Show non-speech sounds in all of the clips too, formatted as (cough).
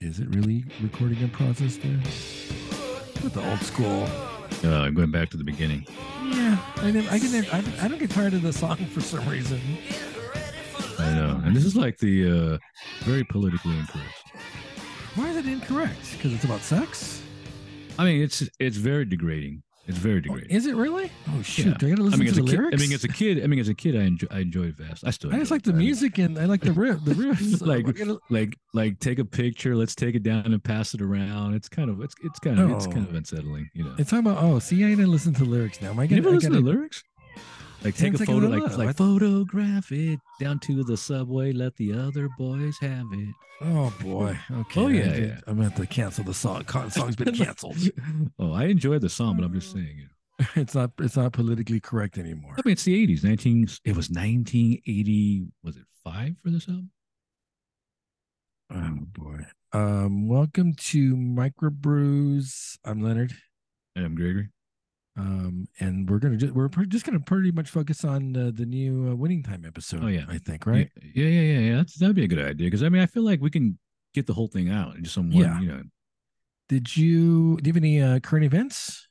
Is it really recording in process there? With the old school. Uh, going back to the beginning. Yeah, I never, I can never, I, I don't get tired of the song (laughs) for some reason. I know. And this is like the uh, very politically incorrect. Why is it incorrect? Because it's about sex. I mean, it's it's very degrading. It's very Oh, degrading. is it really? Oh shoot! Yeah. Do I gotta listen I mean, to as the a kid, lyrics? I mean, as a kid, I mean, as a kid, I enjoy, I enjoy it fast. I still. I just enjoy like it. the I mean, music and I like the riff. (laughs) The riffs, Like- I gotta- Like, like, take a picture. Let's take it down and pass it around. It's kind of, it's, it's kind of, it's kind No. of unsettling, you know. it's talking about. Oh, see, I didn't listen to the lyrics now. Am Oh. I You gonna, never I listen to gotta- lyrics? Like Ten take a seconds photo, of like love. like What? photograph it down to the subway. Let the other boys have it. Oh boy. Okay. Oh, I yeah, did- yeah. I'm gonna have to cancel the song. Con- Song's (laughs) been canceled. Oh, I enjoyed the song, but I'm Oh. just saying. You know. it's not. It's not politically correct anymore. I mean, it's the '80s. 19. It was 1980. Was it five for this album? Oh boy. Um, welcome to Microbrews. I'm Leonard. And I'm Gregory. Um, and we're gonna just we're pre- just gonna pretty much focus on uh, the new uh, Winning Time episode. Oh, yeah. I think right. Yeah, yeah, yeah, yeah. That's, that'd be a good idea because I mean, I feel like we can get the whole thing out in just some one. Yeah. You know. Did you do you have any uh, current events?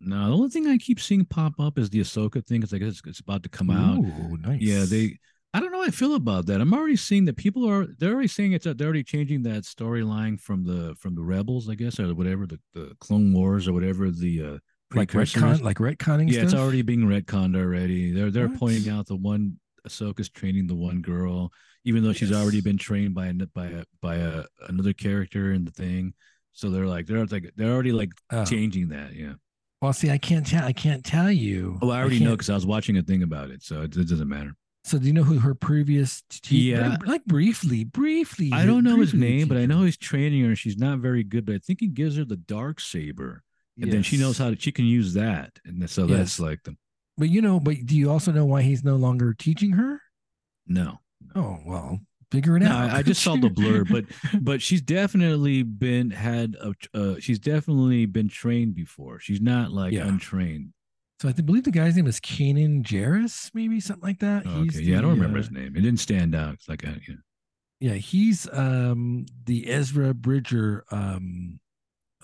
No, the only thing I keep seeing pop up is the Ahsoka thing because I guess it's, it's about to come out. Ooh, nice. Yeah, they. I don't know how I feel about that. I'm already seeing that people are. They're already saying it's. They're already changing that storyline from the from the rebels, I guess, or whatever the, the Clone Wars or whatever the uh, like precursors. retcon, like retconning. yeah, it's stuff? already being retconned already. They're they're What? pointing out the one Ahsoka's training the one girl, even though she's already Yes. been trained by an- by a by a another character in the thing. So they're like they're like they're already like Oh. changing that. Yeah. Well, see, I can't tell. I can't tell you. Oh, I already know can't- because I was watching a thing about it, so it, it doesn't matter. So do you know who her previous teacher? Yeah. like briefly, briefly. I her- don't know his briefly name, but I teacher. know he's training her. and She's not very good, but I think he gives her the dark saber, and then she Yes. knows how to, she can use that. And then- so Yes. that's like the But you know, but do you also know why he's no longer teaching her? no. Oh well, figure it No, out. I- I just (laughs) saw the blur, But she's definitely been had a. Uh, she's definitely been trained before. She's not like Yeah. untrained. so I th- believe the guy's name is Kanan Jarrus, maybe something like that. Oh, He's okay, yeah, I don't the, remember uh, his name. It didn't stand out. It's like I, you know. Yeah, he's um the Ezra Bridger um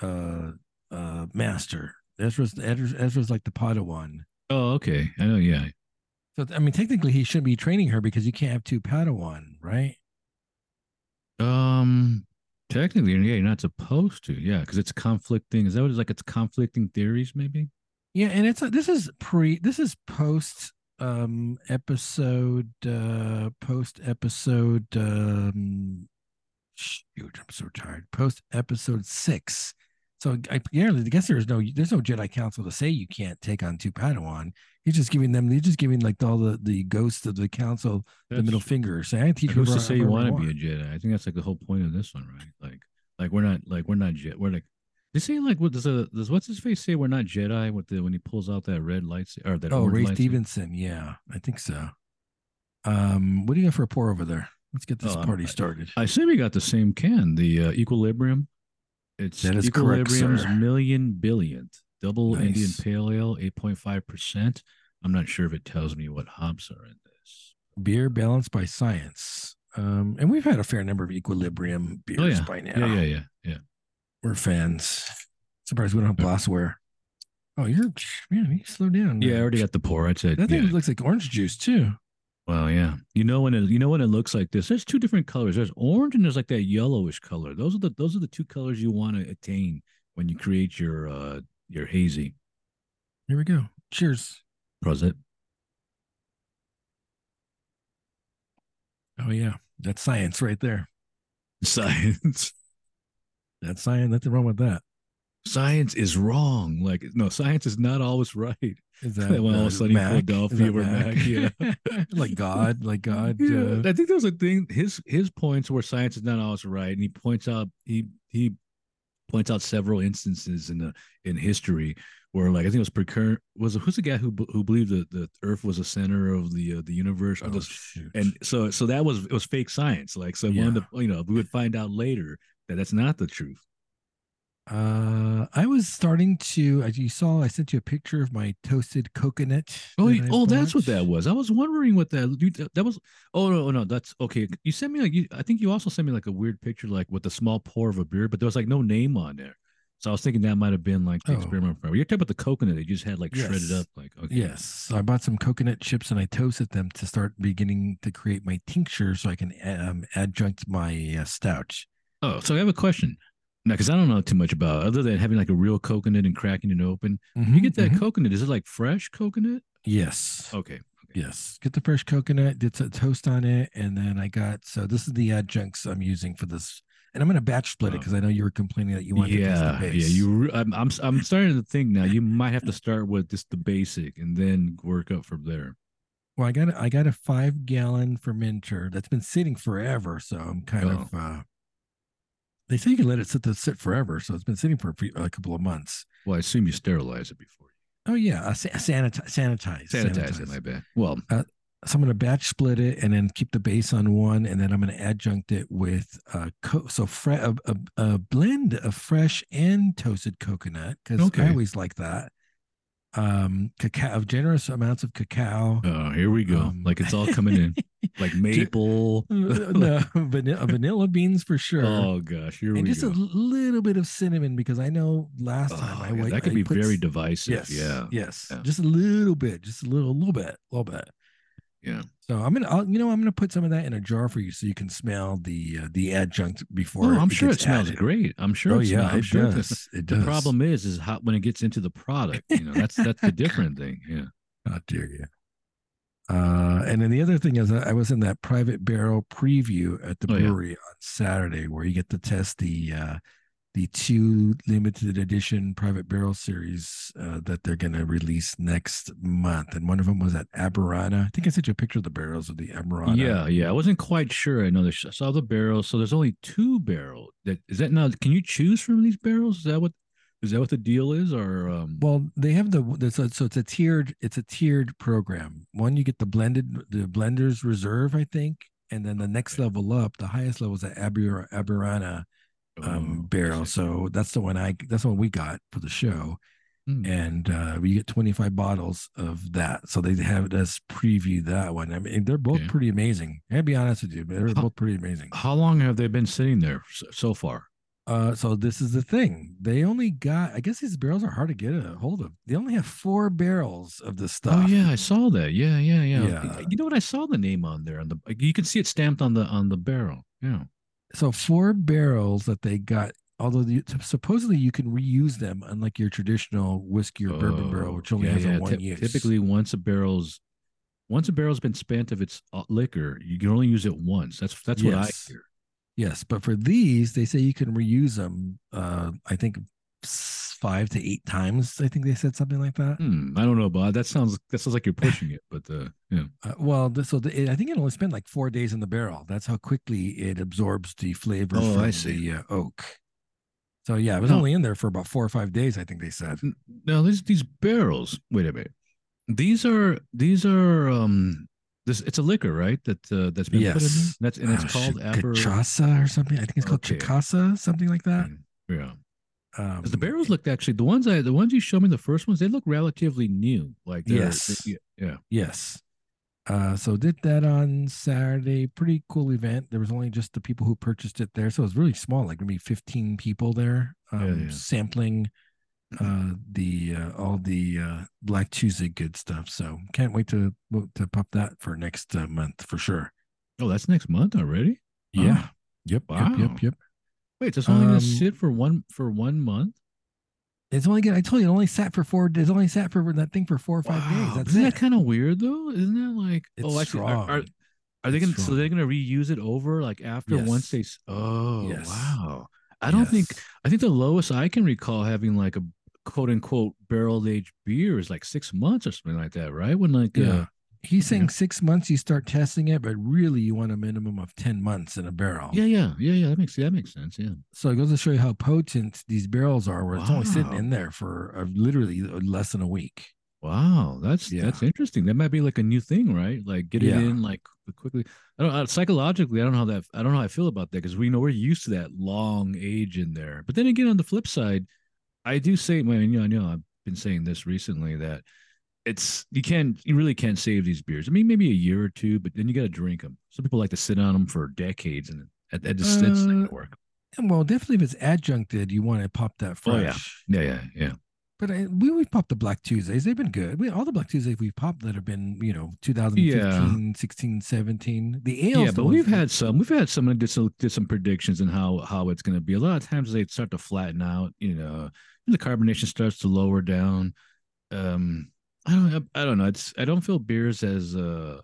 uh uh master. Ezra's Ezra's, Ezra's like the Padawan. Oh, okay. I know. Yeah. So I mean, technically, he shouldn't be training her because you can't have two Padawan, right? Um. Technically, yeah, you're not supposed to. Yeah, because it's conflicting. Is that what it's like? It's conflicting theories, maybe. Yeah, and it's uh, this is pre this is post um episode uh post episode um shoot I'm so tired post episode six. So I apparently I guess there's no there's no Jedi Council to say you can't take on two Padawan. He's just giving them he's just giving like all the the ghosts of the council the middle That's- finger saying I teach Like, who's whoever to I- say you whoever I want to be a Jedi? I think that's like the whole point of this one, right? Like, like we're not like we're not Jedi. We're like they say like what does uh does what's his face say? We're not Jedi with the when he pulls out that red lights or that oh orange Ray lightsaber? Stevenson yeah I think so. Um, what do you got for a pour over there? Let's get this Oh, I'm- party started. I say we got the same can. The uh, equilibrium. It's That is correct, equilibrium's sir. million billionth double Indian Nice. pale ale, eight point five percent. I'm not sure if it tells me what hops are in this. beer balanced by science. Um, and we've had a fair number of equilibrium beers Oh, yeah. by now. Yeah, yeah, yeah, yeah. We're fans. Surprised we don't have glassware. Oh, you're man, you slow down. Yeah, I man. already got the pour. I said that thing yeah. looks like orange juice too. Well, yeah. You know when it, you know when it looks like this. There's two different colors. There's orange and there's like that yellowish color. Those are the those are the two colors you want to attain when you create your uh your hazy. Here we go. Cheers. Present. (laughs) Oh yeah. That's science right there. Science. That's science. Nothing wrong with that. Science is wrong. Like no, science is not always right. (laughs) Is Well, all of a uh, sudden Mac? Is Philadelphia that or Mac, yeah. (laughs) like (laughs) God, like God. Yeah, uh, I think there was a thing. His his points where science is not always right, and he points out he he points out several instances in the in history where like I think it was precur was who's the guy who b- who believed that the Earth was the center of the uh, the universe. or oh, this- shoot. and so so that was it was fake science. Like so, one of the you know we would find out later that that's not the truth. Uh, I was starting to, as you saw, I sent you a picture of my toasted coconut. Oh, that you- I oh, that's what bought. that was. I was wondering what that you- that- that was. Oh no, no, that's okay. You sent me like you, I think you also sent me like a weird picture like with a small pour of a beer, but there was like no name on there. So I was thinking that might have been like the Oh. experiment. From, you're talking about the coconut that you just had like shredded Yes. up. Like okay, Yes. So I bought some coconut chips and I toasted them to start beginning to create my tincture so I can um, adjunct my uh, stouch. Oh, so I have a question. Now, because I don't know too much about it, other than having like a real coconut and cracking it open. You Mhm, get that mhm. coconut? Is it like fresh coconut? Yes. mm-hmm. Okay. Yes. Get the fresh coconut, did some toast on it. And then I got, so this is the adjuncts I'm using for this. And I'm going to batch split it Wow. because I know you were complaining that you wanted to taste the Oh. yeah, yeah. base. You, re- I'm, I'm, I'm starting to think now. You might have to start with just the basic and then work up from there. Well, I got a, I got a five gallon fermenter that's been sitting forever, so I'm kind Oh. of. uh They say you can let it sit to sit forever, so it's been sitting for a, few, a couple of months. Well, I assume you sterilize it before Oh yeah, uh, sa- sanitize, sanitize, you sanitize, sanitize. it. My bad. Well, So I'm gonna batch split it and then keep the base on one, and then I'm gonna adjunct it with uh co- so fre- a, a, a blend of fresh and toasted coconut because Okay. I always like that. Um, cacao, generous amounts of cacao. oh, here we go. Um, like it's (laughs) (laughs) all coming in, like maple. Uh, (laughs) no, (laughs) vanilla, vanilla beans for sure. Oh gosh, here and we just go. a little bit of cinnamon because I know last time Oh, I yeah, wait. that could I be put very s- divisive. Yes. Yeah. Yes. yeah. Just a little bit. Just a little, little bit, little bit. Yeah. So I'm gonna, I'll, you know, I'm gonna put some of that in a jar for you so you can smell the uh, the adjunct before. Oh, I'm it sure it gets smells added. great. I'm sure. Oh it yeah, smells, I'm it sure it does. does. It does. The problem is, is how when it gets into the product. You know, that's that's the different thing. (laughs) Yeah. How dare you? Oh, Uh, and then the other thing is, I I was in that private barrel preview at the Oh, yeah. brewery on Saturday, where you get to test the uh, the two limited edition private barrel series uh, that they're going to release next month. And one of them was at Aberana. I think I sent you a picture of the barrels of the Aberana. Yeah, yeah. I wasn't quite sure. I know there's I saw the barrels. So there's only two barrel. That is that now? Can you choose from these barrels? Is that what? Is that what the deal is? Or um, Well, they have the there's a, so it's a tiered it's a tiered program. One you get the blended the blenders reserve, I think, and then the next Oh, Okay. level up, the highest level is at Aber, Aberana. um, oh, I barrel. see. So that's the one I that's the one we got for the show, Hmm. and uh, we get 25 bottles of that. So they have us preview that one. I mean, they're both Okay. Uh-huh. pretty amazing. I'll be honest with you, but they're Huh. both pretty amazing. How long have they been sitting there so, so far? Uh, so this is the thing. They only got. I guess these barrels are hard to get a hold of. They only have four barrels of this stuff. Oh yeah, I saw that. Yeah, yeah, yeah. Yeah. You know what? I saw the name on there on the. like, You can see it stamped on the on the barrel. Yeah. So four barrels that they got. Although the, supposedly you can reuse them, unlike your traditional whiskey or bourbon barrel, Oh, which only yeah, has yeah. a one Typ- use. Typically, once a barrel's once a barrel's been spent of its uh, liquor, you can only use it once. That's that's what I Yes. hear. Yes, but for these, they say you can reuse them. Uh, I think s- five to eight times. I think they said something like that. Hmm, I don't know, Bob. That sounds that sounds like you're pushing it, but uh, yeah. Uh, well, th- so the, it, I think it only spent like four days in the barrel. That's how quickly it absorbs the flavor Oh, from I see. the uh, oak. So yeah, it was Huh. only in there for about four or five days. I think they said. N- Now these these barrels. Wait a minute. These are these are um this it's a liquor, right? That uh, that's been put in there. Yes. That's and it's Uh, called sh- Aber. cachaça or something. I think it's called Oh, Okay. chicasa, something like that. Yeah. Um, 'Cause the barrels looked actually the ones I the ones you showed me the first ones they look relatively new. Like they're- Yes. they- yeah. Yes. Uh, so did that on Saturday. Pretty cool event. There was only just the people who purchased it there, so it was really small, like maybe fifteen people there, um, Yeah, yeah. sampling uh, the uh, all the uh, Black Tuesday good stuff. So can't wait to to pop that for next uh, month for sure. Oh, that's next month already. Yeah. Yep. Yep. Wow. Yep. Yep. Wait, that's only gonna Um, sit for one for one month. It's only good. I told you, it only sat for four. It's only sat for that thing for four or five days. That's Isn't it. that kind of weird though? Isn't that like It's oh, actually, are- Are, strong. are they It's gonna so strong. they're gonna reuse it over like after once Yes. they? s- Oh Yes. wow! I don't think Yes. I think the lowest I can recall having like a quote unquote barrel aged beer is like six months or something like that, right? When like Yeah. uh, He's Okay. saying six months you start testing it, but really you want a minimum of 10 months in a barrel. yeah, yeah, yeah, yeah. That makes that makes sense. Yeah. So it goes to show you how potent these barrels are, where it's only sitting Wow. in there for uh, literally less than a week. Wow, that's Yeah. that's interesting. That might be like a new thing, right? Like get Yeah. it in like quickly. I don't I, psychologically. I don't know how that. I don't know how I feel about that because we know we're used to that long age in there. But then again, on the flip side, I do say, well, you know, I know I've been saying this recently that it's you can't you really can't save these beers. I mean, maybe a year or two, but then you got to drink them. Some people like to sit on them for decades, and that, that just that's not gonna Uh, work. And well, definitely if it's adjuncted, you want to pop that Oh, fresh. Yeah, yeah, yeah. But I, we we popped the Black Tuesdays. They've been good. We, all the Black Tuesdays we've popped that have been, you know, 2015, 16, 17. The ales. Yeah, the but ones we've that- had some. We've had some that did some, did some predictions on how how it's going to be. A lot of times they start to flatten out. You know, and the carbonation starts to lower down. Um, I don't. I, I don't know. It's. I don't feel beers as uh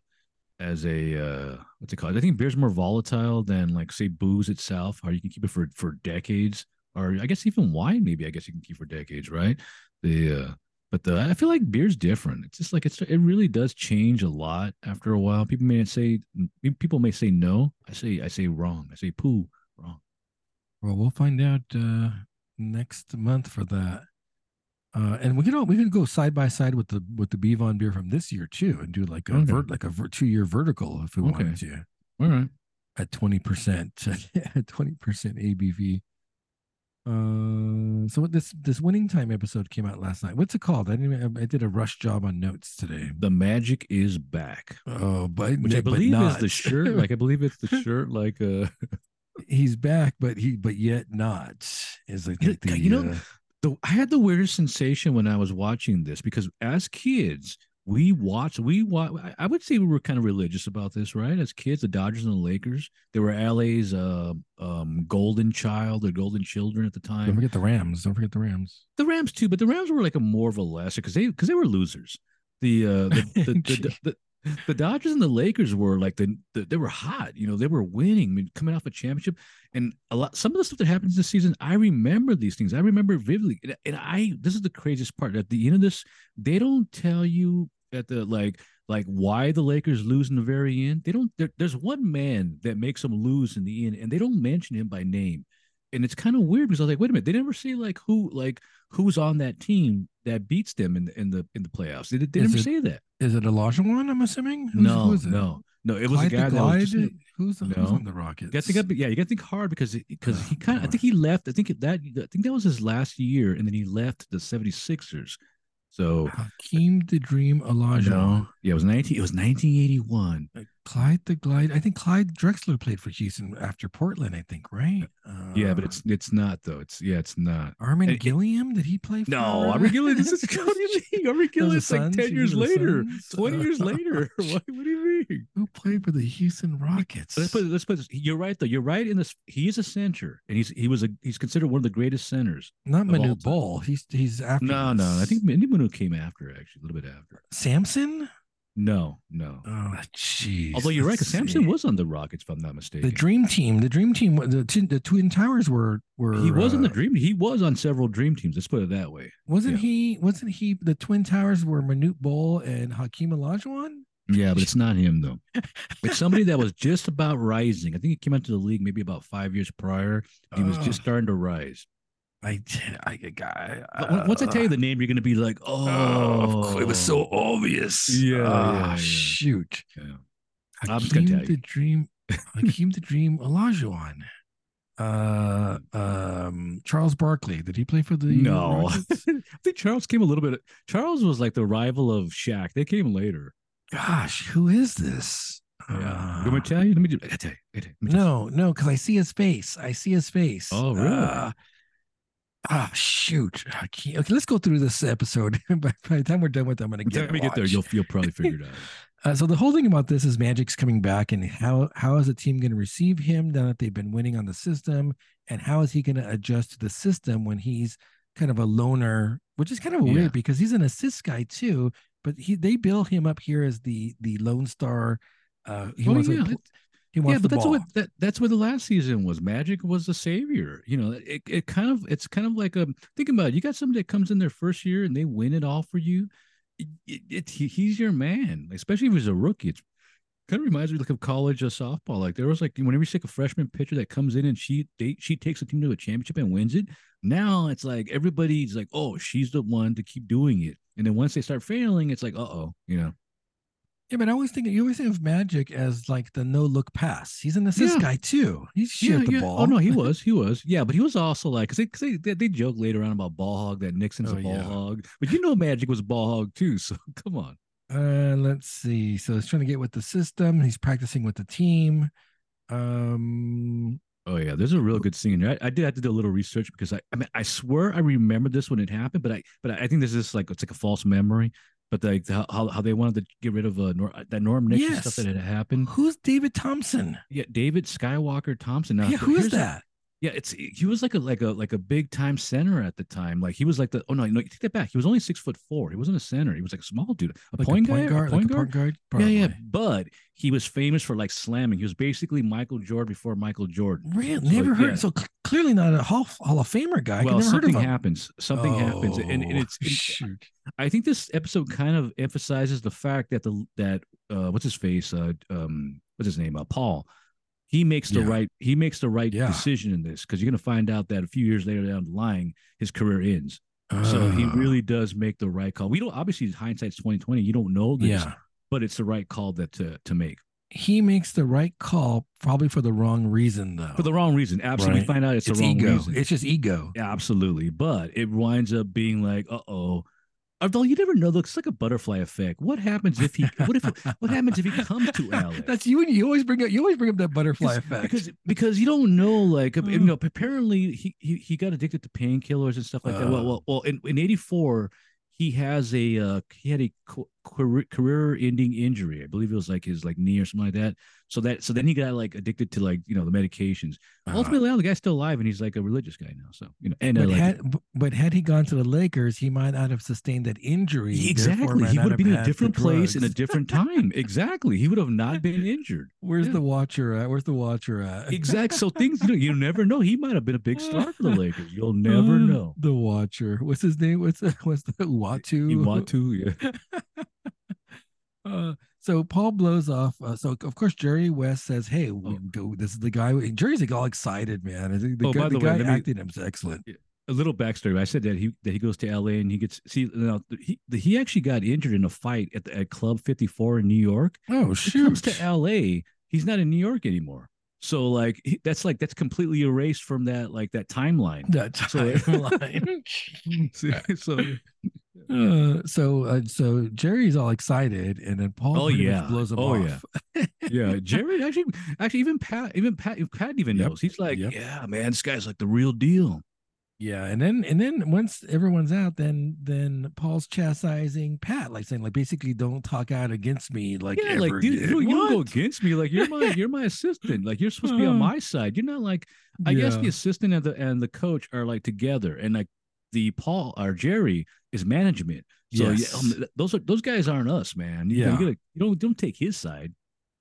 as a uh what's it called? I think beer's more volatile than like say booze itself, or you can keep it for for decades, or I guess even wine. Maybe I guess you can keep for decades, right? The uh but the I feel like beer's different. It's just like it's it really does change a lot after a while. People may say people may say no. I say I say wrong. I say poo wrong. Well, we'll find out uh, next month for that. Uh, and we can all, we can go side by side with the with the Bevon beer from this year too, and do like a Okay. vert, like a ver- two year vertical if we wanted to All right. at twenty percent (laughs) at twenty percent ABV. Uh, so what this this winning time episode came out last night. What's it called? I didn't. Even, I did a rush job on notes today. The magic is back. Oh, but Which I but believe is not. the (laughs) shirt. Like I believe it's the shirt like uh he's back, but he but yet not is like You- the, you know, uh, the I had the weirdest sensation when I was watching this because as kids we watched we wa- I- I would say we were kind of religious about this right as kids the Dodgers and the Lakers they were LA's uh, um golden child or golden children at the don't time forget the Rams. Don't forget the Rams. the Rams too but the Rams were like a more of a lesser because they because they were losers the uh the the, the, the, the the Dodgers and the Lakers were like the, the they were hot, you know. They were winning, I mean, coming off a championship, and a lot. Some of the stuff that happens this season, I remember these things. I remember vividly, and, and I. This is the craziest part. At the end of this, they don't tell you at the like like why the Lakers lose in the very end. They don't. There, there's one man that makes them lose in the end, and they don't mention him by name, and it's kind of weird because I was like, wait a minute, they never say like who like who's on that team that beats them in the in the in the playoffs. They, they Is never it- say that. Is it Elijah one? I'm assuming. Who's- No, who is it? no, no. It was Clyde a the guy that was just, Glide? you who's, who's No. on the Rockets? gotta think up, yeah, you got to think hard because it, because he Oh, kind (sighs) of, I Lord. think he left. I think it- that I think that was his last year, and then he left the 76ers. So Hakeem the Dream Elijah. no, yeah, it was 19. It was 1981. Uh, Clyde the Glide. I think Clyde Drexler played for Houston after Portland. I think right. Uh, yeah, but it's it's not though. It's yeah, it's not. Armin it- Gilliam. Did he play? for No, Aubrey (laughs) Gillis. This is what do you (laughs) mean? Aubrey Gillis like Suns? ten You years mean the later, Suns? twenty (laughs) years later. (laughs) What, what do you mean? Who played for the Houston Rockets? Let's put let's put. This, you're right though. You're right in this. He is a center, and he's he was a he's considered one of the greatest centers. Not of all Manu time. Ball. He's he's after. No, this. no. I think Mindy Manu came after, actually, a little bit after. Samson. No, no. Oh, jeez. Although you're right, Let's because Samson see. was on the Rockets, if I'm not mistaken. the Dream Team. The Dream Team. The t- the Twin Towers were were. he was on uh, the dream. He was on several dream teams. Let's put it that way. Wasn't Yeah. he? Wasn't he? The Twin Towers were Manute Bol and Hakeem Olajuwon. Yeah, but it's not him though. It's somebody that was just about rising. I think he came into the league maybe about five years prior. He was just Ugh, starting to rise. I, I, I, But on- once I tell you the name, you're going to be like, oh, "Oh, Ah. of course, it was so obvious. Yeah, Ah, yeah, yeah. shoot. Yeah. I'm just Hakeem gonna tell the you. (laughs) Dream. Hakeem the Dream Olajuwon. Uh, um, Charles Barkley. Did he play for the No. Rockets? I think Charles came a little bit. Charles was like the rival of Shaq. They came later. (laughs) Gosh, who is this? Yeah. Uh, you want me to tell you? Let me do. I tell you. I tell you. Let me tell you. No, no, because I see his face. I see his face. Oh, really? Uh, ah, shoot. I can't- okay, let's go through this episode. (laughs) by, by the time we're done with it, I'm going to By the get, time we get there, watched. you'll you'll probably figure it out. Uh, so the whole thing about this is Magic's coming back, and how how is the team going to receive him now that they've been winning on the system, and how is he going to adjust to the system when he's kind of a loner, which is kind of weird Yeah. because he's an assist guy too, but he they bill him up here as the the Lone Star. Uh, he Oh, wants yeah, to, but- he wants yeah, but the that's ball. what that, that's what the last season was. Magic was the savior. You know, it, it kind of it's kind of like a think about it. You got somebody that comes in their first year and they win it all for you. It, it, it- he- he's your man, especially if he's a rookie. It's kind of reminds me like of college uh, softball. Like there was like whenever you take a freshman pitcher that comes in and she they, she takes a team to a championship and wins it. Now it's like everybody's like, oh, she's the one to keep doing it. And then once they start failing, it's like, uh oh, you know. Yeah, but I always think you always think of Magic as like the no look pass. He's an assist Yeah. guy too. He's shit yeah, at the yeah. ball. Oh (laughs) no, he was, he was, yeah, but he was also like, cause they, cause they, they, they joke later on about ball hog that Nixon's Oh, a ball yeah. hog, but you know Magic was ball hog too, (laughs) so come on. Uh, let's see. So he's trying to get with the system. He's practicing with the team. Um, Oh yeah, there's a real good scene. here. I, I did have to do a little research because I, I mean, I swear I remember this when it happened, but I, but I think this is like it's like a false memory. But like how how- how they wanted to get rid of uh, Nor- that Norm Nixon stuff Yes. that had (sighs) happened. who's David Thompson? Yeah, David Skywalker Thompson. Now, yeah, who is here's the- that? yeah, it's he was like a like a like a big time center at the time. Like he was like the oh no no take that back. He was only six foot four. He wasn't a center. He was like a small dude, a Like point, a point guy, guard? a like point guard. a point guard? Yeah, yeah, Probably. but he was famous for like slamming. He was basically Michael Jordan before Michael Jordan. Really? So, Never heard. yeah. So c- clearly not a Hall, Hall of Famer guy. well, I never heard of something him. happens. Something happens, and, and Oh, it's. and shoot. I think this episode kind of emphasizes the fact that the that uh, what's his face uh, um what's his name uh, Paul, he makes the Yeah. right he makes the right Yeah. decision in this because you're gonna find out that a few years later down the line his career ends. So he Uh, really does make the right call. We don't obviously hindsight's twenty twenty. You don't know this, yeah. but it's the right call that to to make He makes the right call, probably for the wrong reason, though. for the wrong reason. Absolutely, Oh. Right. find out it's, it's the wrong ego. reason. It's just ego. Yeah, absolutely. But it winds up being like, uh oh. Although you never know, looks like a butterfly effect. What happens if he? What if? What happens if he comes (laughs) to Alex? That's you and you always bring up. You always bring up that butterfly effect. because because you don't know like Mm. you know apparently he, he he got addicted to painkillers and stuff like that. Well, Uh. well, well in, in '84 he has a uh, he had a co- career- career-ending injury. I believe it was like his like knee or something like that. So that so then he got like addicted to like you know the medications. Uh, Ultimately, the guy's still alive and he's like a religious guy now. So you know and uh, but like, had b- but had he gone to the Lakers, he might not have sustained that injury. He- therefore Exactly. might He not would have been in had a the different place in a drugs. different time. exactly. He would have not been injured. Where's yeah. the watcher at? Where's the watcher at? (laughs) Exactly. So things you know, you never know. He might have been a big star for the Lakers. You'll Uh, never know. The watcher. What's his name? What's (laughs) the, what's the Uatu? You want to, yeah. Uh, so Paul blows off. Uh, so of course Jerry West says, "Hey, we Oh. go. This is the guy." and Jerry's like all excited, man. I think the Oh, guy, by the the way, guy let me- acting him is excellent. A little backstory. I said that he that he goes to LA and he gets see now he he actually got injured in a fight at, the, at Club 54 in New York. Oh He shoot! comes to LA. He's not in New York anymore. So like he, that's like that's completely erased from that like that (laughs) timeline. (laughs) that So- timeline. See, so (laughs) Uh, so uh, so Jerry's all excited, and then Paul Oh, pretty much yeah. blows him Oh, off. yeah. yeah, Jared actually, actually, even Pat, even Pat, Pat even Yep. knows. He's like, Yep. yeah, man, this guy's like the real deal. Yeah, and then and then once everyone's out, then then Paul's chastising Pat, like saying like basically don't talk out against me, like yeah, ever like dude, again." you, you don't go What? against me. Like you're my, you're my assistant. Like you're supposed to be on Uh, my side. You're not like I guess Yeah. the assistant and the and the coach are like together, and like the Paul or Jerry is management. So Yes. yeah, um, th- those are those guys aren't us, man. You know, Yeah. you, gotta, you don't don't take his side.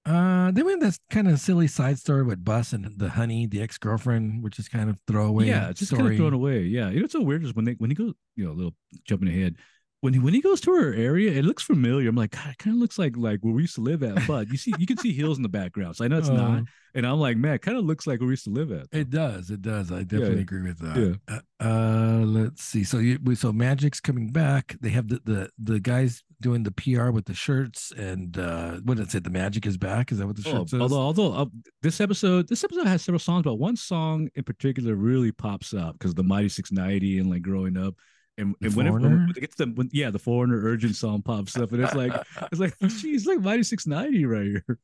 Uh, then we have this kind of silly side story with Bus and the honey, the ex girlfriend, which is kind of throwaway. yeah, it's just story. kind of thrown away. Yeah, you know, it's so weird is when they when he goes, you know, a little jumping ahead. When he, when he goes to her area, it looks familiar. I'm like, God, it kind of looks like like where we used to live at. But you see, you can see hills in the background, so I know it's not. Uh, And I'm like, man, it kind of looks like where we used to live at. It does. It does. I definitely agree with that. yeah. Uh, uh, let's see. So you we- so Magic's coming back. They have the the the guys doing the PR with the shirts and uh what did it say? The Magic is back. Is that what the shirt Oh, says? although although uh, this episode this episode has several songs, but one song in particular really pops up because the Mighty Six Ninety and like growing up. And, The and whenever Foreigner? when it gets to when, yeah, the foreigner urgent song pops up, and it's like (laughs) it's like she's like Mighty Six Ninety right here.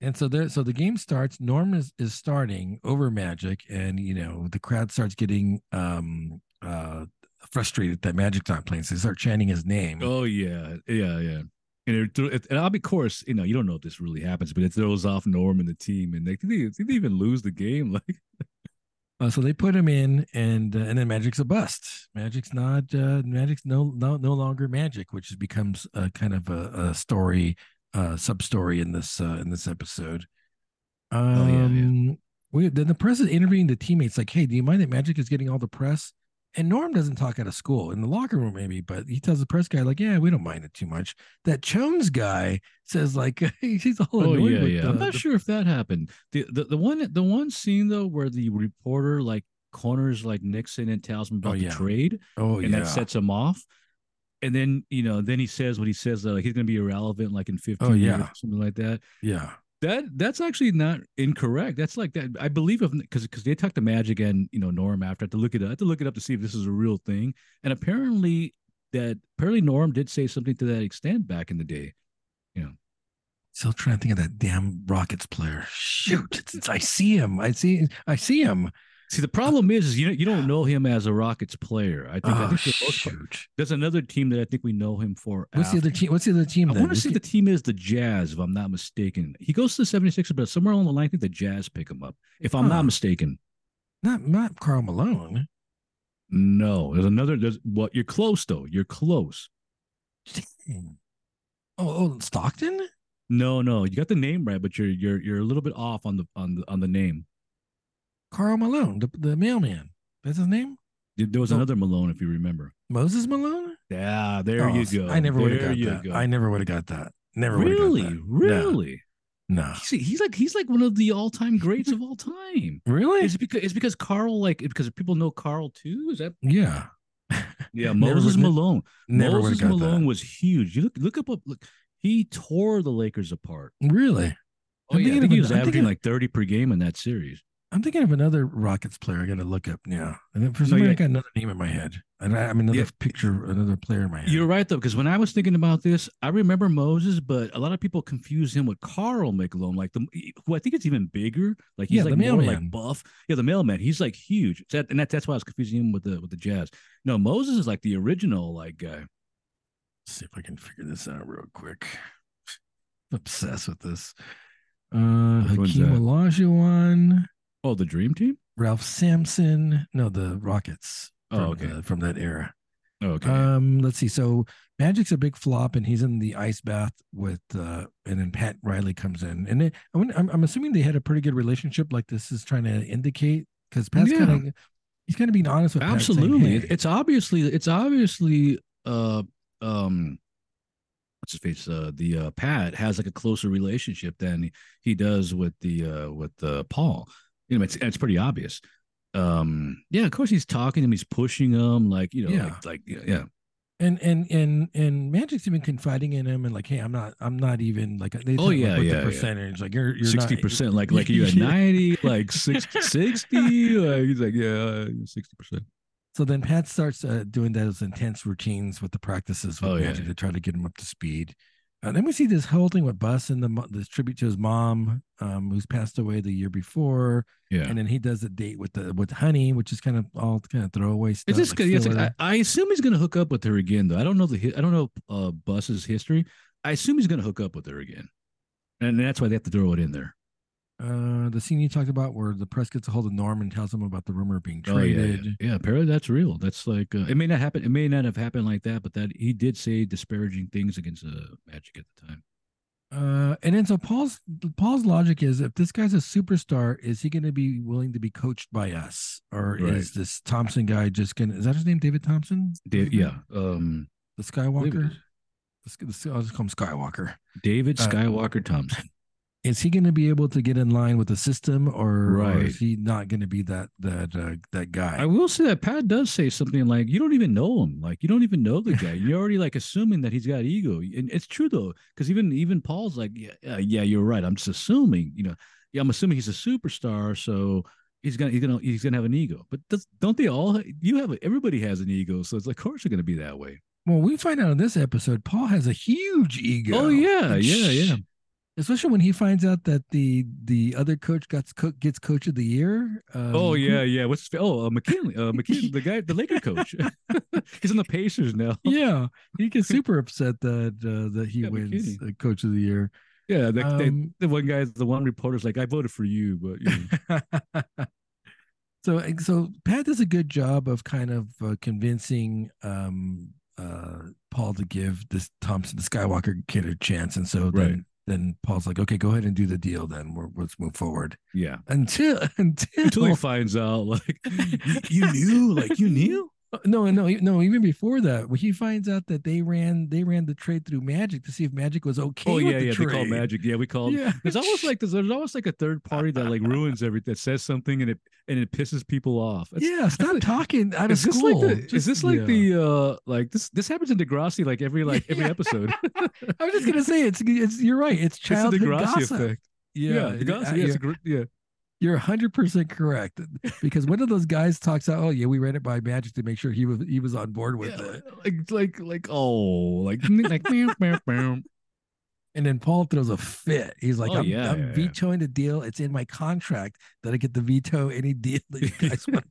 And so there, so the game starts. Norm is, is starting over Magic, and you know the crowd starts getting um uh frustrated that Magic's not playing, so they start chanting his name. Oh yeah, yeah, yeah. And it, threw- it, and I'll be of course, you know, you don't know if this really happens, but it throws off Norm and the team, and they they, they even lose the game. (laughs) Like, Uh, so they put him in, and uh, and then Magic's a bust. Magic's not uh, Magic's no no no longer Magic, which is, becomes a kind of a, a story uh sub story in this uh, in this episode. Um, Oh, yeah, yeah. We, then the press is interviewing the teammates, like, "Hey, do you mind that Magic is getting all the press?" And Norm doesn't talk out of school in the locker room, maybe, but he tells the press guy, like, "Yeah, we don't mind it too much." That Jones guy says, like, (laughs) he's all annoyed with The, Oh, I'm not the- sure if that happened. The, the the one the one scene though where the reporter like corners like Nixon and tells him about Oh, yeah. the trade, Oh and yeah, that sets him off. and then you know, then he says what he says. Like he's gonna be irrelevant, like in fifteen Oh, years yeah. or something like that. Yeah. That that's actually not incorrect. That's like that. I believe if because because they talked to Magic and you know Norm after. I had to look it. Up, I had to look it up to see if this is a real thing. And apparently that apparently Norm did say something to that extent back in the day. Still trying to think of that damn Rockets player. Shoot, it's, (laughs) it's- I see him. I see. I see him. See, the problem is, is you you don't know him as a Rockets player. I think, I Oh, think for the most part, shoot. there's another team that I think we know him for. Ah, What's the after. other team? What's the other team? I then? want to Let's see get- the team is the Jazz, if I'm not mistaken. He goes to the 76ers, but somewhere along the line, I think the Jazz pick him up, if I'm Huh. not mistaken. not not Carl Malone. No, there's another. There's what you're close though. You're close. Dang. Hmm. Oh, oh, Stockton. No, no, you got the name right, but you're you're you're a little bit off on the on the on the name. Carl Malone, the, the mailman. That's his name. There- There was No. another Malone, if you remember. Moses Malone. Yeah, there Oh, you go. I never would have There got you that. go. I never would have got that. Never would have got really, that. really. No. See, he's like he's like one of the all time greats of all (laughs) time. Really? It's because it's because Carl like because people know Carl too. (laughs) Is that yeah. yeah? Never Moses would- Malone. Never would have Moses got Malone was huge. You look look up up- look. He tore the Lakers apart. that. Really? I'm Oh yeah, I thinking think of he an- was I'm averaging thinking- like thirty per game in that series. I'm thinking of another Rockets player. I got to look up now. And then for some reason, No, I yeah. got another name in my head. And I, I mean, another Yeah. picture, another player in my head. You're right though, because when I was thinking about this, I remember Moses, but a lot of people confuse him with Carl McLone, like the e, who I think it's even bigger. Like he's Yeah, the like more mailman. like buff. Yeah, the mailman. He's like huge. That, and that, that's why I was confusing him with the with the Jazz. No, Moses is like the original like guy. Let's see if I can figure this out real quick. (laughs) I'm obsessed with this. Uh, Which one's Hakeem that? Olajuwon, Oh, the Dream Team. Ralph Sampson. No, the Rockets. From, Oh, okay. the- from that era. Oh, okay. Um, let's see. So Magic's a big flop, and he's in the ice bath with, uh, and then Pat Riley comes in, and it, I wonder, I'm, I'm assuming they had a pretty good relationship. Like this is trying to indicate because Pat's Yeah. kind of he's kind of being honest with Pat, saying, Absolutely. It- "Hey, It's obviously it's obviously uh um what's his face uh the uh Pat has like a closer relationship than he does with the uh with uh Paul. You know, it's it's pretty obvious. Um yeah, of course he's talking to him, he's pushing him like, you know, Yeah. like, like yeah, yeah. and and and and Magic's even confiding in him and like, hey, I'm not, I'm not even like they. Oh, talk, like, yeah, what yeah, the yeah. percentage like you're you're not- Sixty percent, like (laughs) like you at Yeah. ninety, like 60, 60 like, he's like, yeah, sixty percent. So then Pat starts uh, doing those intense routines with the practices with Oh, yeah. Magic to try to get him up to speed. And then we see this whole thing with Bus and the mo- this tribute to his mom, um, who's passed away the year before. Yeah. And then he does the date with the with Honey, which is kind of all kind of throwaway stuff. It's just like good. It's like, filler. I, I assume he's gonna hook up with her again, though. I don't know the hi- I don't know uh Bus's history. I assume he's gonna hook up with her again, and that's why they have to throw it in there. uh, the scene you talked about where the press gets a hold of Norm and tells him about the rumor being Oh, yeah, traded. yeah, yeah. Apparently, that's real. That's like uh, it may not happen. It may not have happened like that, but that he did say disparaging things against uh, Magic at the time. Uh, and then so Paul's Paul's logic is if this guy's a superstar, is he going to be willing to be coached by us, or Right. is this Thompson guy just going? to Is that his name, David Thompson? Dave, David? yeah, um, the Skywalker. is. The Sk- the Sk- I'll just call him Skywalker. David Uh, Skywalker Thompson. Is he going to be able to get in line with the system, or, or Right. is he not going to be that that uh, that guy? I will say that Pat does say something like, "You don't even know him. Like you don't even know the guy. You're already like assuming that he's got ego." And it's true though, because even even Paul's like, "Yeah, yeah, yeah, you're right. I'm just assuming. You know, yeah, I'm assuming he's a superstar, so he's gonna he's gonna he's gonna have an ego. But does, don't they all? You have everybody has an ego, so it's like, of course you're gonna be that way. well, we find out in this episode, Paul has a huge ego. Oh yeah, And yeah, yeah. Especially when he finds out that the the other coach gets co- gets coach of the year. Um, oh who- yeah, yeah. What's his, fa- oh uh, McKinley, uh, McKinley, the guy, the Laker coach. (laughs) he's on the Pacers now. (laughs) yeah, he gets super upset that uh, that he Yeah, wins McKinney. uh, coach of the year. Yeah, they, they, Um, the one guy's the one reporter's like, "I voted for you, but." You know. so so Pat does a good job of kind of uh, convincing um uh Paul to give this Thompson the Skywalker kid a chance, and so then Right. then Paul's like, okay, go ahead and do the deal. Then we're, let's move forward (laughs) Yeah. until (laughs) until, (laughs) Until he finds out, like, you knew, like, you knew. No, no, e- no. Even before that, when he finds out that they ran, they ran the trade through magic to see if magic was okay. oh with yeah, the yeah. Trade. They call magic. Yeah, we call. Yeah, There's almost like there's, there's almost like a (laughs) third party that like ruins everything that says something and it and it pisses people off. It's- yeah. (laughs) Stop talking out of Is this school. like the, is Just- this like yeah. the uh like this this happens in Degrassi like every like every (laughs) Yeah. episode. I was just gonna say it's it's you're right. It's It's the childhood Degrassi gossip. effect. Yeah, Degrassi, yeah, yeah, it's a gr- yeah. You're 100 percent correct (laughs) because one of those guys talks out. Oh yeah, we ran it by Magic to make sure he was he was on board with Yeah, it. like like like oh like like meow, meow, meow. And then Paul throws a fit. He's like, Oh, I'm, yeah, I'm yeah, yeah. vetoing the deal. It's in my contract that I get to veto any deal that you (laughs) guys want.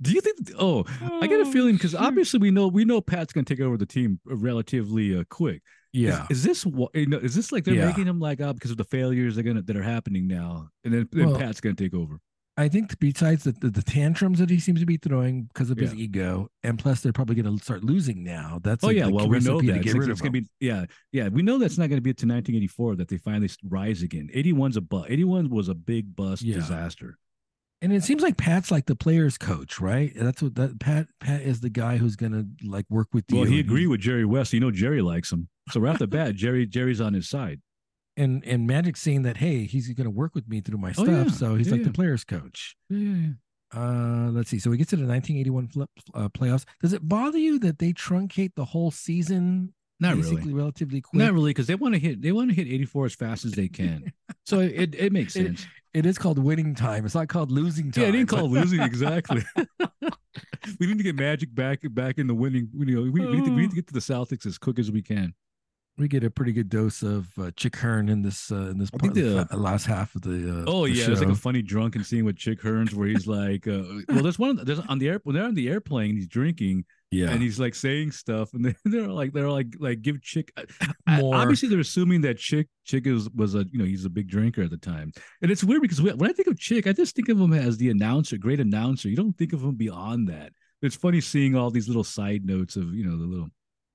Do you think? Oh, I get a feeling because obviously we know we know Pat's gonna take over the team relatively uh, quick. Is- is, this what? You know, is this like they're Yeah. making him like up because of the failures they're gonna that are happening now, and then, then Well- Pat's gonna take over. I think besides the, the, the tantrums that he seems to be throwing because of his ego, and plus they're probably going to start losing now. That's oh like yeah, the well we know recipe that to get it's, rid it's of gonna him. be yeah yeah we know that's not gonna be to 1984 that they finally s- rise again. 81's a bust. 81 was a big bust Yeah. disaster. and it seems like Pat's like the players' coach, right? That's what that Pat Pat is the guy who's going to like work with you. Well, he and agreed with Jerry West. You know Jerry likes him, so right off (laughs) the bat, Jerry Jerry's on his side. and and Magic seeing that hey, he's going to work with me through my Oh, stuff, yeah. so he's Yeah, like yeah. the players' coach. Yeah, yeah, yeah. Uh, let's see. So we get to the 1981 flip, uh, playoffs. Does it bother you that they truncate the whole season Not basically really. relatively quick? Not really, because they want to hit they want to hit 84 as fast as they can. so it, it makes It- sense. It is called winning time. It's not called losing time. yeah, I didn't but- call (laughs) losing exactly. we need to get Magic back back in the winning. You know, we, we, need to, we need to get to the Celtics as quick as we can. we get a pretty good dose of uh, Chick Hearn in this uh, in this I part, think of the the- fa- last half of the. Uh, Oh the yeah, show. it's like a funny drunken scene with Chick Hearns where he's like, uh, well, there's one there's on the air when they're on the airplane, he's drinking yeah. and he's like saying stuff, and (laughs) they're, they're like they're like like give Chick I- More. Obviously, they're assuming that Chick Chick is was a you know he's a big drinker at the time, and it's weird because when I think of Chick, I just think of him as the announcer, great announcer. You don't think of him beyond that. It's funny seeing all these little side notes of you know the little.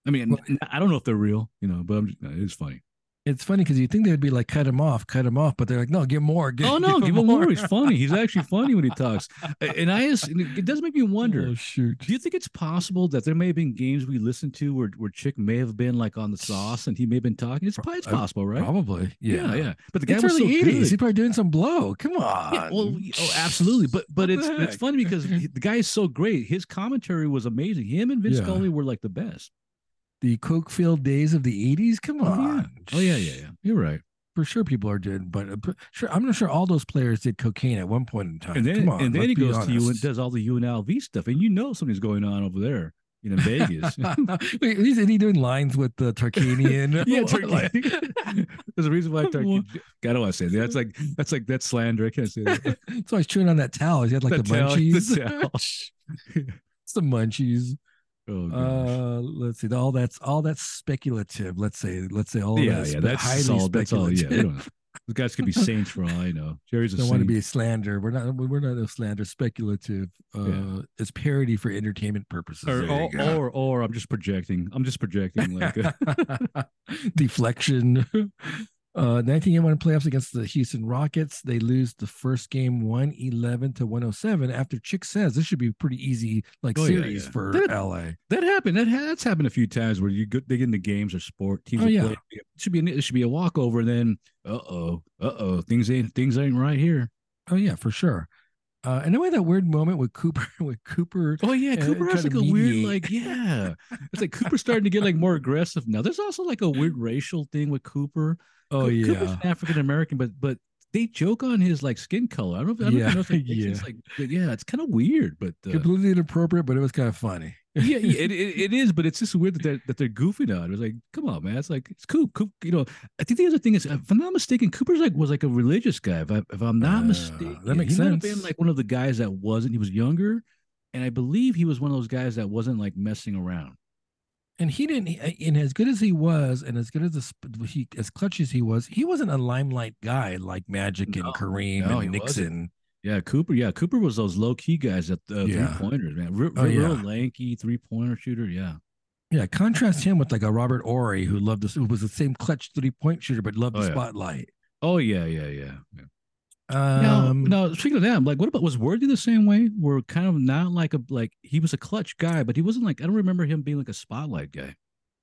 I mean, Well- n- I don't know if they're real, you know, but I'm, it's funny. it's funny because you think they would be like cut him off, cut him off, but they're like, no, get more. Get, (laughs) (laughs) Oh no, give him more. He's funny. He's actually funny when he (laughs) talks, A- and I just, and it it does make me wonder. Oh, shoot. Do you think it's possible that there may have been games we listened to where, where Chick may have been like on the sauce and he may have been talking? It's, probably it's I- possible, right? uh, Probably. yeah, Yeah. yeah. But the guy It's was so early good. 80s. He's probably doing some blow. Come on. Yeah, well, we- oh, absolutely. But but What it's the it's heck? funny because he- the guy is so great. His commentary was amazing. Him and Vince Yeah. Scully were like the best. the Coke filled days of the 80s. Come Oh, yeah. on. Oh yeah, yeah, yeah. You're right. For sure, people are doing, but uh, but sure, I'm not sure all those players did cocaine at one point in time. And then Come on, and then let's he be goes to you and honest. does all the UNLV stuff, and you know something's going on over there (laughs) you know, in Vegas. Wait, is he doing lines with the Tarkanian? (laughs) (laughs) Yeah, Turkey. (laughs) There's a reason why Turkey. What? God, I don't want to say that. That's like that's like that's slander. I can't say that. so I was chewing on that towel. He had like The the, towel, the munchies. towel. (laughs) it's the munchies. Oh gosh. Uh, let's see. All that's all that's speculative. Let's say. Let's say all yeah, that's yeah. That's highly all. That's all. Yeah. we (laughs) speculative. don't know. The guys could be saints for all I know. Jerry's a don't saint. want to be a slander. We're not. We're not a slander. Speculative. Uh, Yeah. It's parody for entertainment purposes. or, There you or, go. or or I'm just projecting. I'm just projecting. (laughs) Like uh, (laughs) deflection. Uh, 1981 playoffs against the Houston Rockets. They lose the first game 111 to 107 after Chick says this should be pretty easy, like Oh, yeah, series yeah. for Did it- LA. that happened. That ha- that's happened a few times where you go, they get into games or sport teams. Oh, are yeah. playing. It should be an, it should be a walkover. And then uh oh uh oh things ain't things ain't right here. Oh, yeah, for sure. Uh, and then we had that weird moment with Cooper, (laughs) with Cooper. Oh yeah, Uh, Cooper try has to like a weird mediate. like yeah. (laughs) It's like Cooper's starting to get like more aggressive now. There's also like a weird racial thing with Cooper. Oh, Coo- Cooper's yeah. an African American, but but they joke on his like skin color. I don't know. If, I don't know Yeah, if you noticed, like, (laughs) It's like but yeah, it's kind of weird, but uh, Completely inappropriate, but it was kind of funny. yeah, yeah it, it, it is, but it's just weird that they're, that they're goofing on. it. It's like, come on, man. It's like it's Coop. Coop, you know. I think the other thing is, uh, if I'm not mistaken, Cooper's like was like a religious guy. If, I, if I'm not Uh, mistaken, that makes he might have been sense. like one of the guys that wasn't. He was younger, and I believe he was one of those guys that wasn't like messing around. And he didn't, he- and as good as he was, and as good as the, sp- he, as clutch as he was, he wasn't a limelight guy like Magic and No, Kareem no, and he wasn't. Nixon. Yeah, Cooper. Yeah, Cooper was those low key guys that uh, Yeah. three pointers, man. Real, Oh, real yeah. lanky three pointer shooter. Yeah. Yeah, contrast him with like a Robert Ory who loved this, who was the same clutch three point shooter but loved Oh, the yeah. spotlight. Oh yeah, yeah, yeah. yeah. Um, now, now, speaking of them, like, what about was Worthy the same way? We're kind of not like a like he was a clutch guy, but he wasn't like I don't remember him being like a spotlight guy.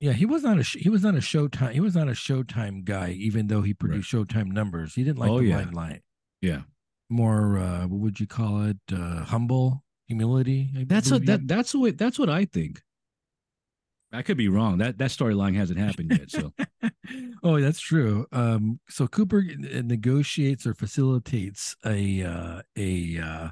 Yeah, he was not a sh- he was not a Showtime he was not a Showtime guy, even though he produced Showtime numbers. He didn't like Oh, the yeah. limelight. Yeah, More, uh, what would you call it? Uh, humble humility. I that's what believe. that that's the way that's what I think. I could be wrong. That that storyline hasn't happened yet. So oh, that's true. Um, so Cooper n- negotiates or facilitates a uh, a uh,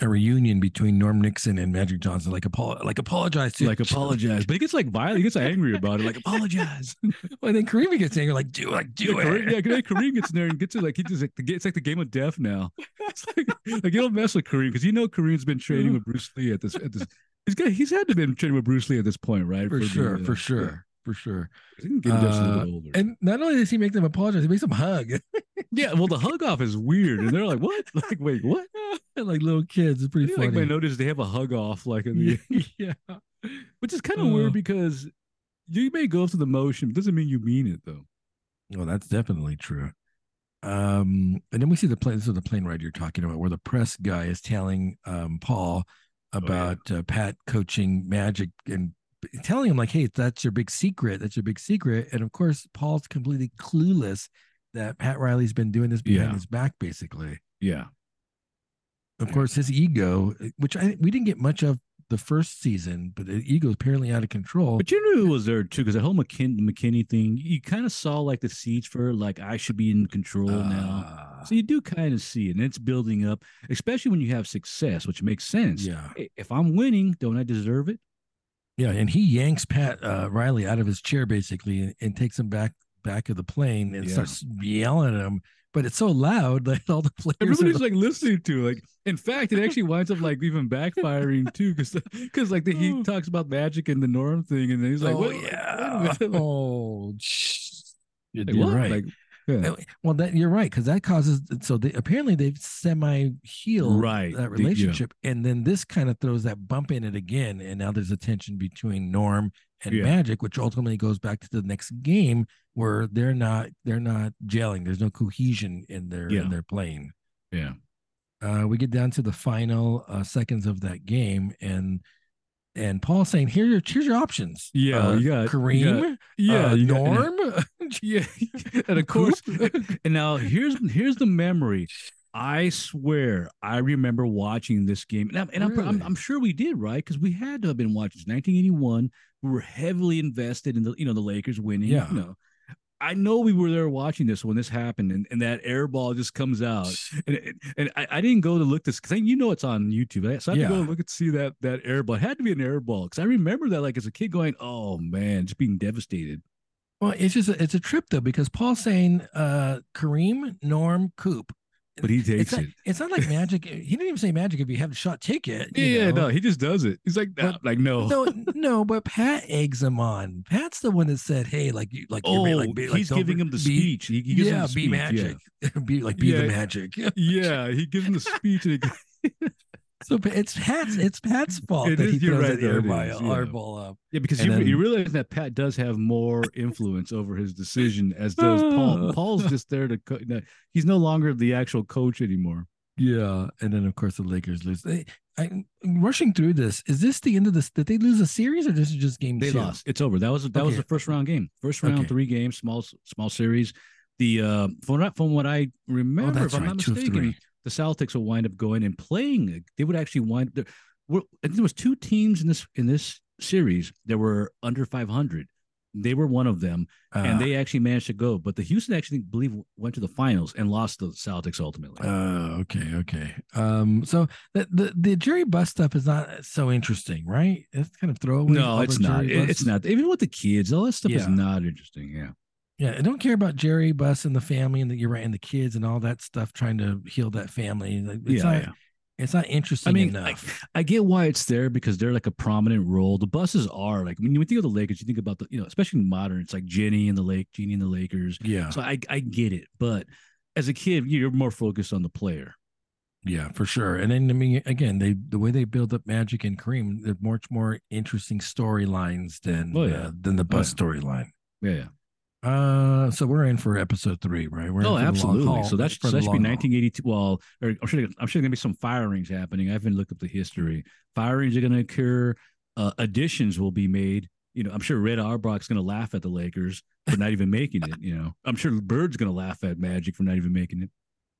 a reunion between Norm Nixon and Magic Johnson, like apol- like apologize to like apologize, but he gets like violent. He gets angry about it. Like apologize. Well, then Kareem gets angry, like do like do yeah, it. Kareem, yeah, Kareem- Kareem gets in there and gets it like he just like the, ga- it's like the game of death now. (laughs) It's like, like you don't mess with Kareem because you know Kareem's been training with Bruce Lee at this at this. He's got he's had to been training with Bruce Lee at this point, right? for the, sure, uh, for yeah. sure, for sure. He can get just a little Uh, bit older. And not only does he make them apologize, he makes them hug. (laughs) yeah, well, the hug off is weird, and they're like, "What? (laughs) Like, wait, what?" like little kids. It's I pretty think, like, funny. my notice they have a hug off, like, in the, (laughs) yeah. which is kind of Uh. weird because you may go through the motion, but doesn't mean you mean it though. Well, that's definitely true. Um, and then we see the plane. This is the plane ride you're talking about, where the press guy is telling um, Paul Oh, yeah. about uh, Pat coaching Magic and b- telling him like, "Hey, that's your big secret. That's your big secret." And of course, Paul's completely clueless that Pat Riley's been doing this behind Yeah. his back, basically. Yeah, Of course, his ego, eh, which I we didn't get much of the first season, but the ego is apparently out of control. But you knew it was there too, because the whole McKin- McKinney thing, you kind of saw like the seeds for like I should be in control now. Uh, So you do kind of see it, and it's building up, especially when you have success, which makes sense. yeah. Hey, If I'm winning, don't I deserve it? Yeah, and he yanks Pat uh, Riley out of his chair basically and, and takes him back back of the plane and Yeah. starts yelling at him. But it's so loud (laughs) that all the players. are Everybody's like- like listening to it. like. In fact, it actually winds up like even backfiring too, because because like the, he talks about magic and the norm thing, and then he's like, "Oh, "What? yeah, minute." (laughs) oh, sh- you're, Like, you're what?" right. Eh, Like, yeah. well, that you're right because that causes. So they, apparently they've semi healed Right, the- yeah. that relationship, and then this kind of throws that bump in it again, and now there's a tension between Norm and Yeah. Magic, which ultimately goes back to the next game where they're not they're not gelling. There's no cohesion in their Yeah. in their playing. yeah. Uh, we get down to the final uh, seconds of that game, and and Paul saying, "Here, your, here's your options. Yeah, uh, you got- you Kareem, Yeah, uh, you got- and- Norm, yeah, (laughs) and of course, (laughs) and now here's here's the memory. I swear, I remember watching this game, and I'm and I'm, I'm, Really? I'm sure we did, right? Because we had to have been watching. It's 1981. We were heavily invested in the you know the Lakers winning. Yeah. You know. I know we were there watching this when this happened, and, and that air ball just comes (laughs) out, and it- and I, I didn't go to look this because you know it's on YouTube, right? so I had to go Yeah. look and see that that air ball. It had to be an air ball because I remember that like as a kid going, oh man, just being devastated. Well, it's just a, it's a trip though because Paul's saying uh, Kareem, Norm, Coop. But he It's takes not, it. it's not like magic. eh, He didn't even say magic if you have a shot, take it. Yeah, you yeah, know? no, he just does it. He's like, But- "Nah," like no. no, (laughs) no. But Pat eggs him on. Pat's the one that said, "Hey, like you, like oh, you're like, be, like he's don't giving be- him the be- speech. He, he gives him yeah, the be speech, yeah. magic. (laughs) be like be Yeah. the magic. (laughs) Yeah. he gives him the speech. And he, so but it's Pat's. It's (laughs) Pat's fault It that is- he you're throws that right, though, air it ball, is, yeah. air ball up. yeah, because And you, re- you then- realize that Pat does have more influence over his decision as (laughs) does Paul. Paul's just there to. Co- no, he's no longer the actual coach anymore. Yeah, and then of course the Lakers lose. They, I, rushing through this, is this the end of this? Did they lose a series or this is just game They two? lost. It's over. That was that was Okay. the first round game. First round, Okay. three games, small small series. The uh, from what- from what I Oh, remember, that's if I'm right, not two of three. mistaken, the Celtics will wind up going and playing. They would actually wind. There, were, I think there was two teams in this in this series that were under 500. They were one of them, and Uh, they actually managed to go. But the Houston actually believe went to the finals and lost to the Celtics ultimately. Oh, okay, okay. Um, so the, the the jury bus stuff is not so interesting, right? It's kind of throwaway. all no, the it's not. jury It- It's busts. not. Even with the kids, all that stuff is Yeah. not interesting. Yeah. Yeah, I don't care about Jerry Bus and the family and the you're right and the kids and all that stuff trying to heal that family. Like, it's yeah. not, yeah. it's not interesting mean, I- (laughs) enough. I get why it's there because they're like a prominent role. The buses are like when you think of the Lakers, you think about the you know, especially in modern, it's like Jenny and the Lake, Jeannie and the Lakers. yeah, So I I get it, but as a kid, you're more focused on the player. yeah, for sure. And then I mean, again, they the way they build up Magic and Kareem, they're much more interesting storylines than Oh, uh, yeah. than the bus yeah. storyline. Yeah, yeah. Uh, so we're in for episode three, right? We're in oh, for the long absolutely. haul. So that's For so the that should be long haul. 1982. Well, or I'm sure I'm sure there's gonna be some firings happening. I haven't looked up the history. Firings are gonna occur. Uh, additions will be made. You know, I'm sure Red Arbrock's gonna laugh at the Lakers for not even making it. You know, I'm sure Bird's gonna laugh at Magic for not even making it.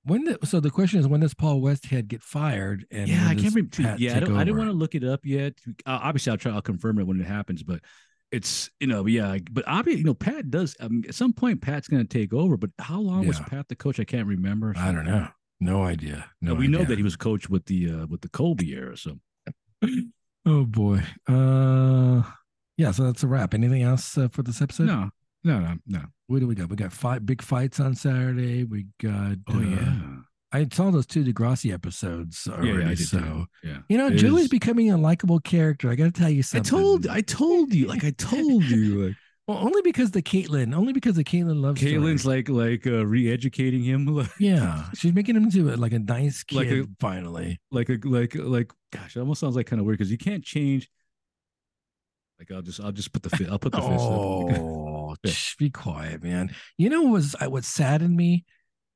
When the, so the question is, when does Paul Westhead get fired? And yeah, when I does can't remember. Pat Yeah, I take don't, I didn't over? want to look it up yet. Uh, obviously, I'll try. I'll confirm it when it happens. But it's you know, yeah. I- But obviously, you know, Pat does. Um, at some point, Pat's gonna take over. But how long was Yeah. Pat the coach? I can't remember. I don't know. No idea. No, But we know idea. that he was coached with the uh, with the Colby era. So Oh boy. Uh, yeah. So that's a wrap. Anything else uh, for this episode? no, no, no, no. What do we got? We got five big fights on Saturday. We got. uh, I saw those two Degrassi episodes already. Oh, yeah, yeah. I did so too. yeah. you know, It Joey's is- becoming a likable character. I got to tell you I something. told, I told you, like I told (laughs) you, like Well, only because the Caitlyn. Only because the Caitlyn loves. Caitlin's like like uh, re-educating him, like Yeah, she's making him into like a nice kid Like a- finally. like a- like like. Gosh, it almost sounds like kind of weird because you can't change. Like I'll just I'll just put the fi- I'll put the fist up. (laughs) Oh, Yeah. shh, be quiet, man. You know what was I what saddened me,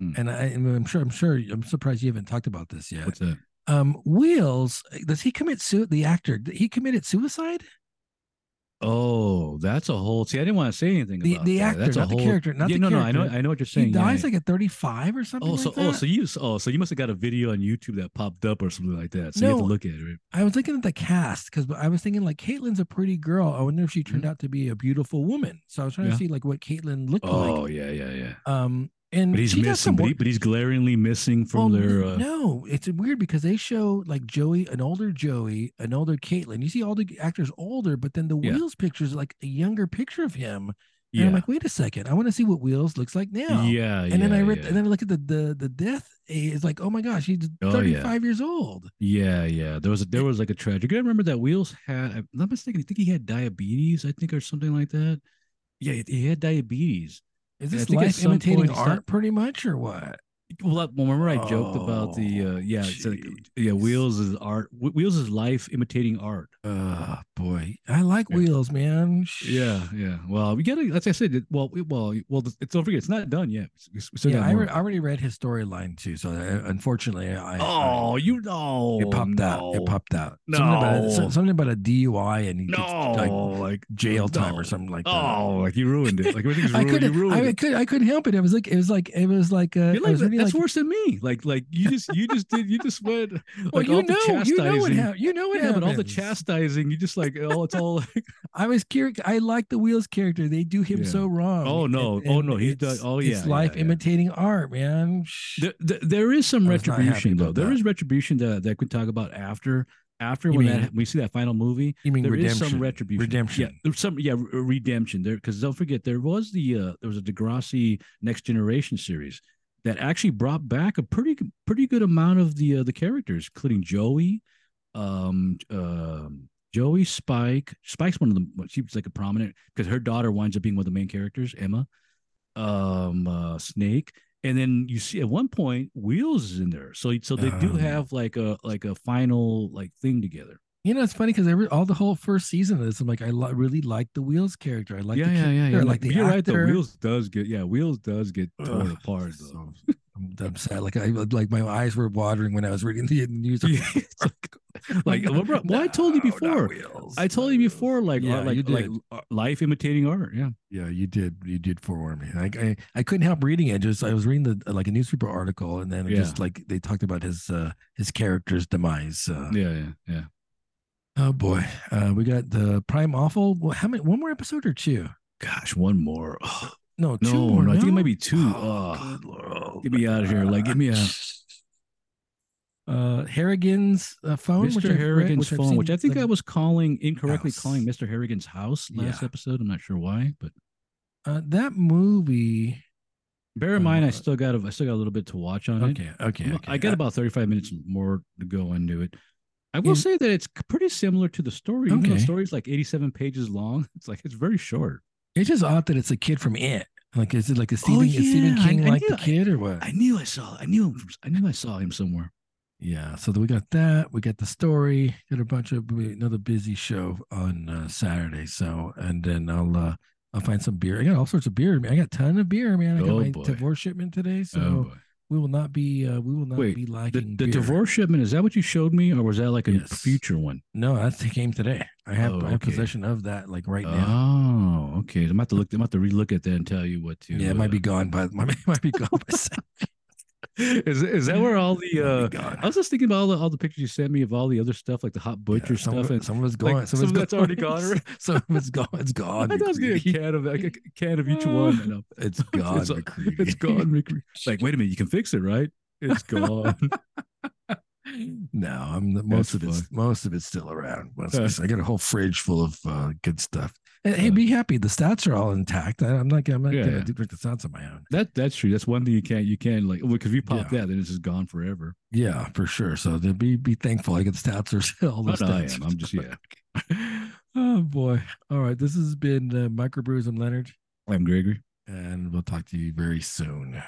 Hmm. and I, I'm sure I'm sure I'm surprised you haven't talked about this yet. (laughs) What's that? Um, Wheels does he commit suit the actor? did He committed suicide. Oh, that's a whole. See, I didn't want to say anything The about the that. actor, That's a not whole. the character, not yeah, the no, character. no, I know, I know what you're saying. He yeah, dies yeah. like at 35 or something. Oh, so like oh, that. so you oh, so you must have got a video on YouTube that popped up or something like that. So you have to No. look at it. Right? I was looking at the cast because I was thinking like Caitlyn's a pretty girl. I wonder if she turned out to be a beautiful woman. So I was trying Hmm. Yeah. to see like what Caitlyn looked Oh like. yeah, yeah, yeah. Um, and But he's she got some missing, but, work- he, but he's glaringly missing Well, from their. n- Uh, no, it's weird because they show like Joey, an older Joey, an older Caitlyn. You see all the actors older, but then the Yeah. Wheels picture is like a younger picture of him. And yeah, I'm like, wait a second, I want to see what Wheels looks like now. yeah, And then yeah, I read, yeah. and then I look at the the the death. It's like, oh my gosh, he's Oh, yeah. 35 years old. yeah, yeah. There was a, there was like a tragic. I remember that Wheels had. I'm not mistaken. I think he had diabetes. I think or something like that. Yeah, he- he had diabetes. Is Yeah, I this think at life some imitating point he art, stopped- pretty much, or what? Well, that, well, remember I joked about the Oh, uh, yeah, it's like, jeez. yeah. Wheels is art. Wh- Wheels is life imitating art. Oh boy, I like Ah, Yeah. Wheels, man. Yeah, yeah. Well, we gotta. That's I said. it- Well, we, well, well. It's don't forget, it's not done yet. We s- we still yeah. got I, more. re- I already read his storyline too, so I, unfortunately, I I- oh, you know, It popped out. no. It popped out. Something about, No. so- something about a DUI and he gets No, like like jail time no. or something like that. Oh, like you ruined it. Like (laughs) everything's I ruined. you couldn't. ruined I it. could. I couldn't help it. It was like. It was like. It was like. Uh, You're I like, was that- reading, that's like, worse than me. Like, like you just, you just did, you just went. Like, (laughs) Well, all you know. the You know what chastising- happened. You know what Yeah, happened. but all the chastising, you just like, oh, it's (laughs) all. Like, I was curious. I like the wheels character. They do him Yeah. so wrong. Oh, and- no. Oh, and no, he's it's- done- oh, yeah, It's yeah, life yeah. imitating art, man. Shh. there, there- there is some I was not happy retribution though. about There that. is retribution that that we talk about after, after You when mean- that we see that final movie. you mean There is redemption? some retribution. Yeah, Redemption. there's some yeah re- redemption there because don't forget there was the uh, there was a Degrassi Next Generation series that actually brought back a pretty pretty good amount of the uh, the characters, including Joey, um, um, Joey Spike. Spike's one of them. well, She was like a prominent because her daughter winds up being one of the main characters, Emma, um, uh, Snake. And then you see at one point Wheels is in there, so so they do Um. have like a like a final like thing together. You know, it's funny because all the whole first season of this, I'm like, I li- really like the wheels character. I like yeah, the yeah, yeah, yeah. character, I like the You're right actor. though. Wheels does get yeah. Wheels does get torn Ugh, apart though. so I'm, I'm sad. Like I like my eyes were watering when I was reading the (laughs) news. Yeah, it's like, (laughs) like, well, bro, well, I told you No, not before. Wheels, I not told you Wheels. before, like Yeah, art- like you like did. uh, life imitating art. Yeah, yeah, you did. You did forewarn me. Like I, I couldn't help reading it. Just I was reading the like a newspaper article, and then it Yeah. just like they talked about his uh his character's demise. Uh, yeah, yeah, yeah. Oh boy, uh, we got the Prime Awful. Well, How many? One more episode or two? Gosh, one more. Ugh, No, two no, more. no, I think it no? might be two. Oh, Ugh. good Lord. get me out of here. Like, get me out. (laughs) Uh, Harrigan's uh, phone, which I've Mr. read- Harrigan's I've phone, seen which I think the- I was calling incorrectly house. calling Mr. Harrigan's house last Yeah. episode. I'm not sure why, but Uh, that movie. bear in mind, I Uh, still got a, I still got a little bit to watch on it. Okay, okay, I'm- okay. I got Uh, about 35 minutes more to go into it. I will In- say that it's c- pretty similar to the story. Even though the Okay. story's like 87 pages long. (laughs) It's like it's very short. Uh, It's just odd that it's a kid from It. Like, is it like a Stephen, is Stephen Oh, yeah, I- King I like knew- the I- kid or what? I knew I saw. I knew. Him from, I knew I saw him somewhere. yeah. So then we got that. We got the story. Got a bunch of we- another busy show on uh, Saturday. So and then I'll uh, I'll find some beer. I got all sorts of beer. Man. I got a ton of beer, man. I got Oh, my boy. divorce shipment today, so oh boy. we will not be uh, we will not Wait, be The, lacking the beer. divorce shipment, is that what you showed me, or was that like a Yes. future one? No, that's the game today. I have Oh, I have okay. possession of that like right now. Oh, okay. I'm about to look. I'm about to relook at that and tell you what to. yeah, it might be uh, (laughs) gone, but (laughs) might, might be gone. by Saturday. Is is that (laughs) where all the? Might uh be gone. I was just thinking about all the all the pictures you sent me of all the other stuff, like the hot butcher Yeah, some of stuff. it- And some of it's like, gone. some some of of it's that's already gone already. (laughs) Some of it's gone. It's I gone. thought I was getting McCready. a can (laughs) of like a can of each one. And I'm- (laughs) It's gone. it's, McCready. (laughs) it's gone. McCre- Like, wait a minute, you can fix it, right? It's gone. (laughs) No, I'm the, most That's of it's fun. most of it's still around. Most of Uh. it's- I got a whole fridge full of uh, good stuff. And, hey, Uh. be happy. The stats are all intact. I, I'm not. I'm not Yeah, gonna yeah. do- drink the stats on my own. That that's true. That's one thing you can't you can like because if you pop that, then it's just gone forever. Yeah, for sure. So then be be thankful. I get the stats are (laughs) still. all Oh, the no, I stats am. are I'm just still- yeah. (laughs) oh boy. All right. This has been uh, microbrews. I'm Leonard, I'm Gregory. and we'll talk to you very soon.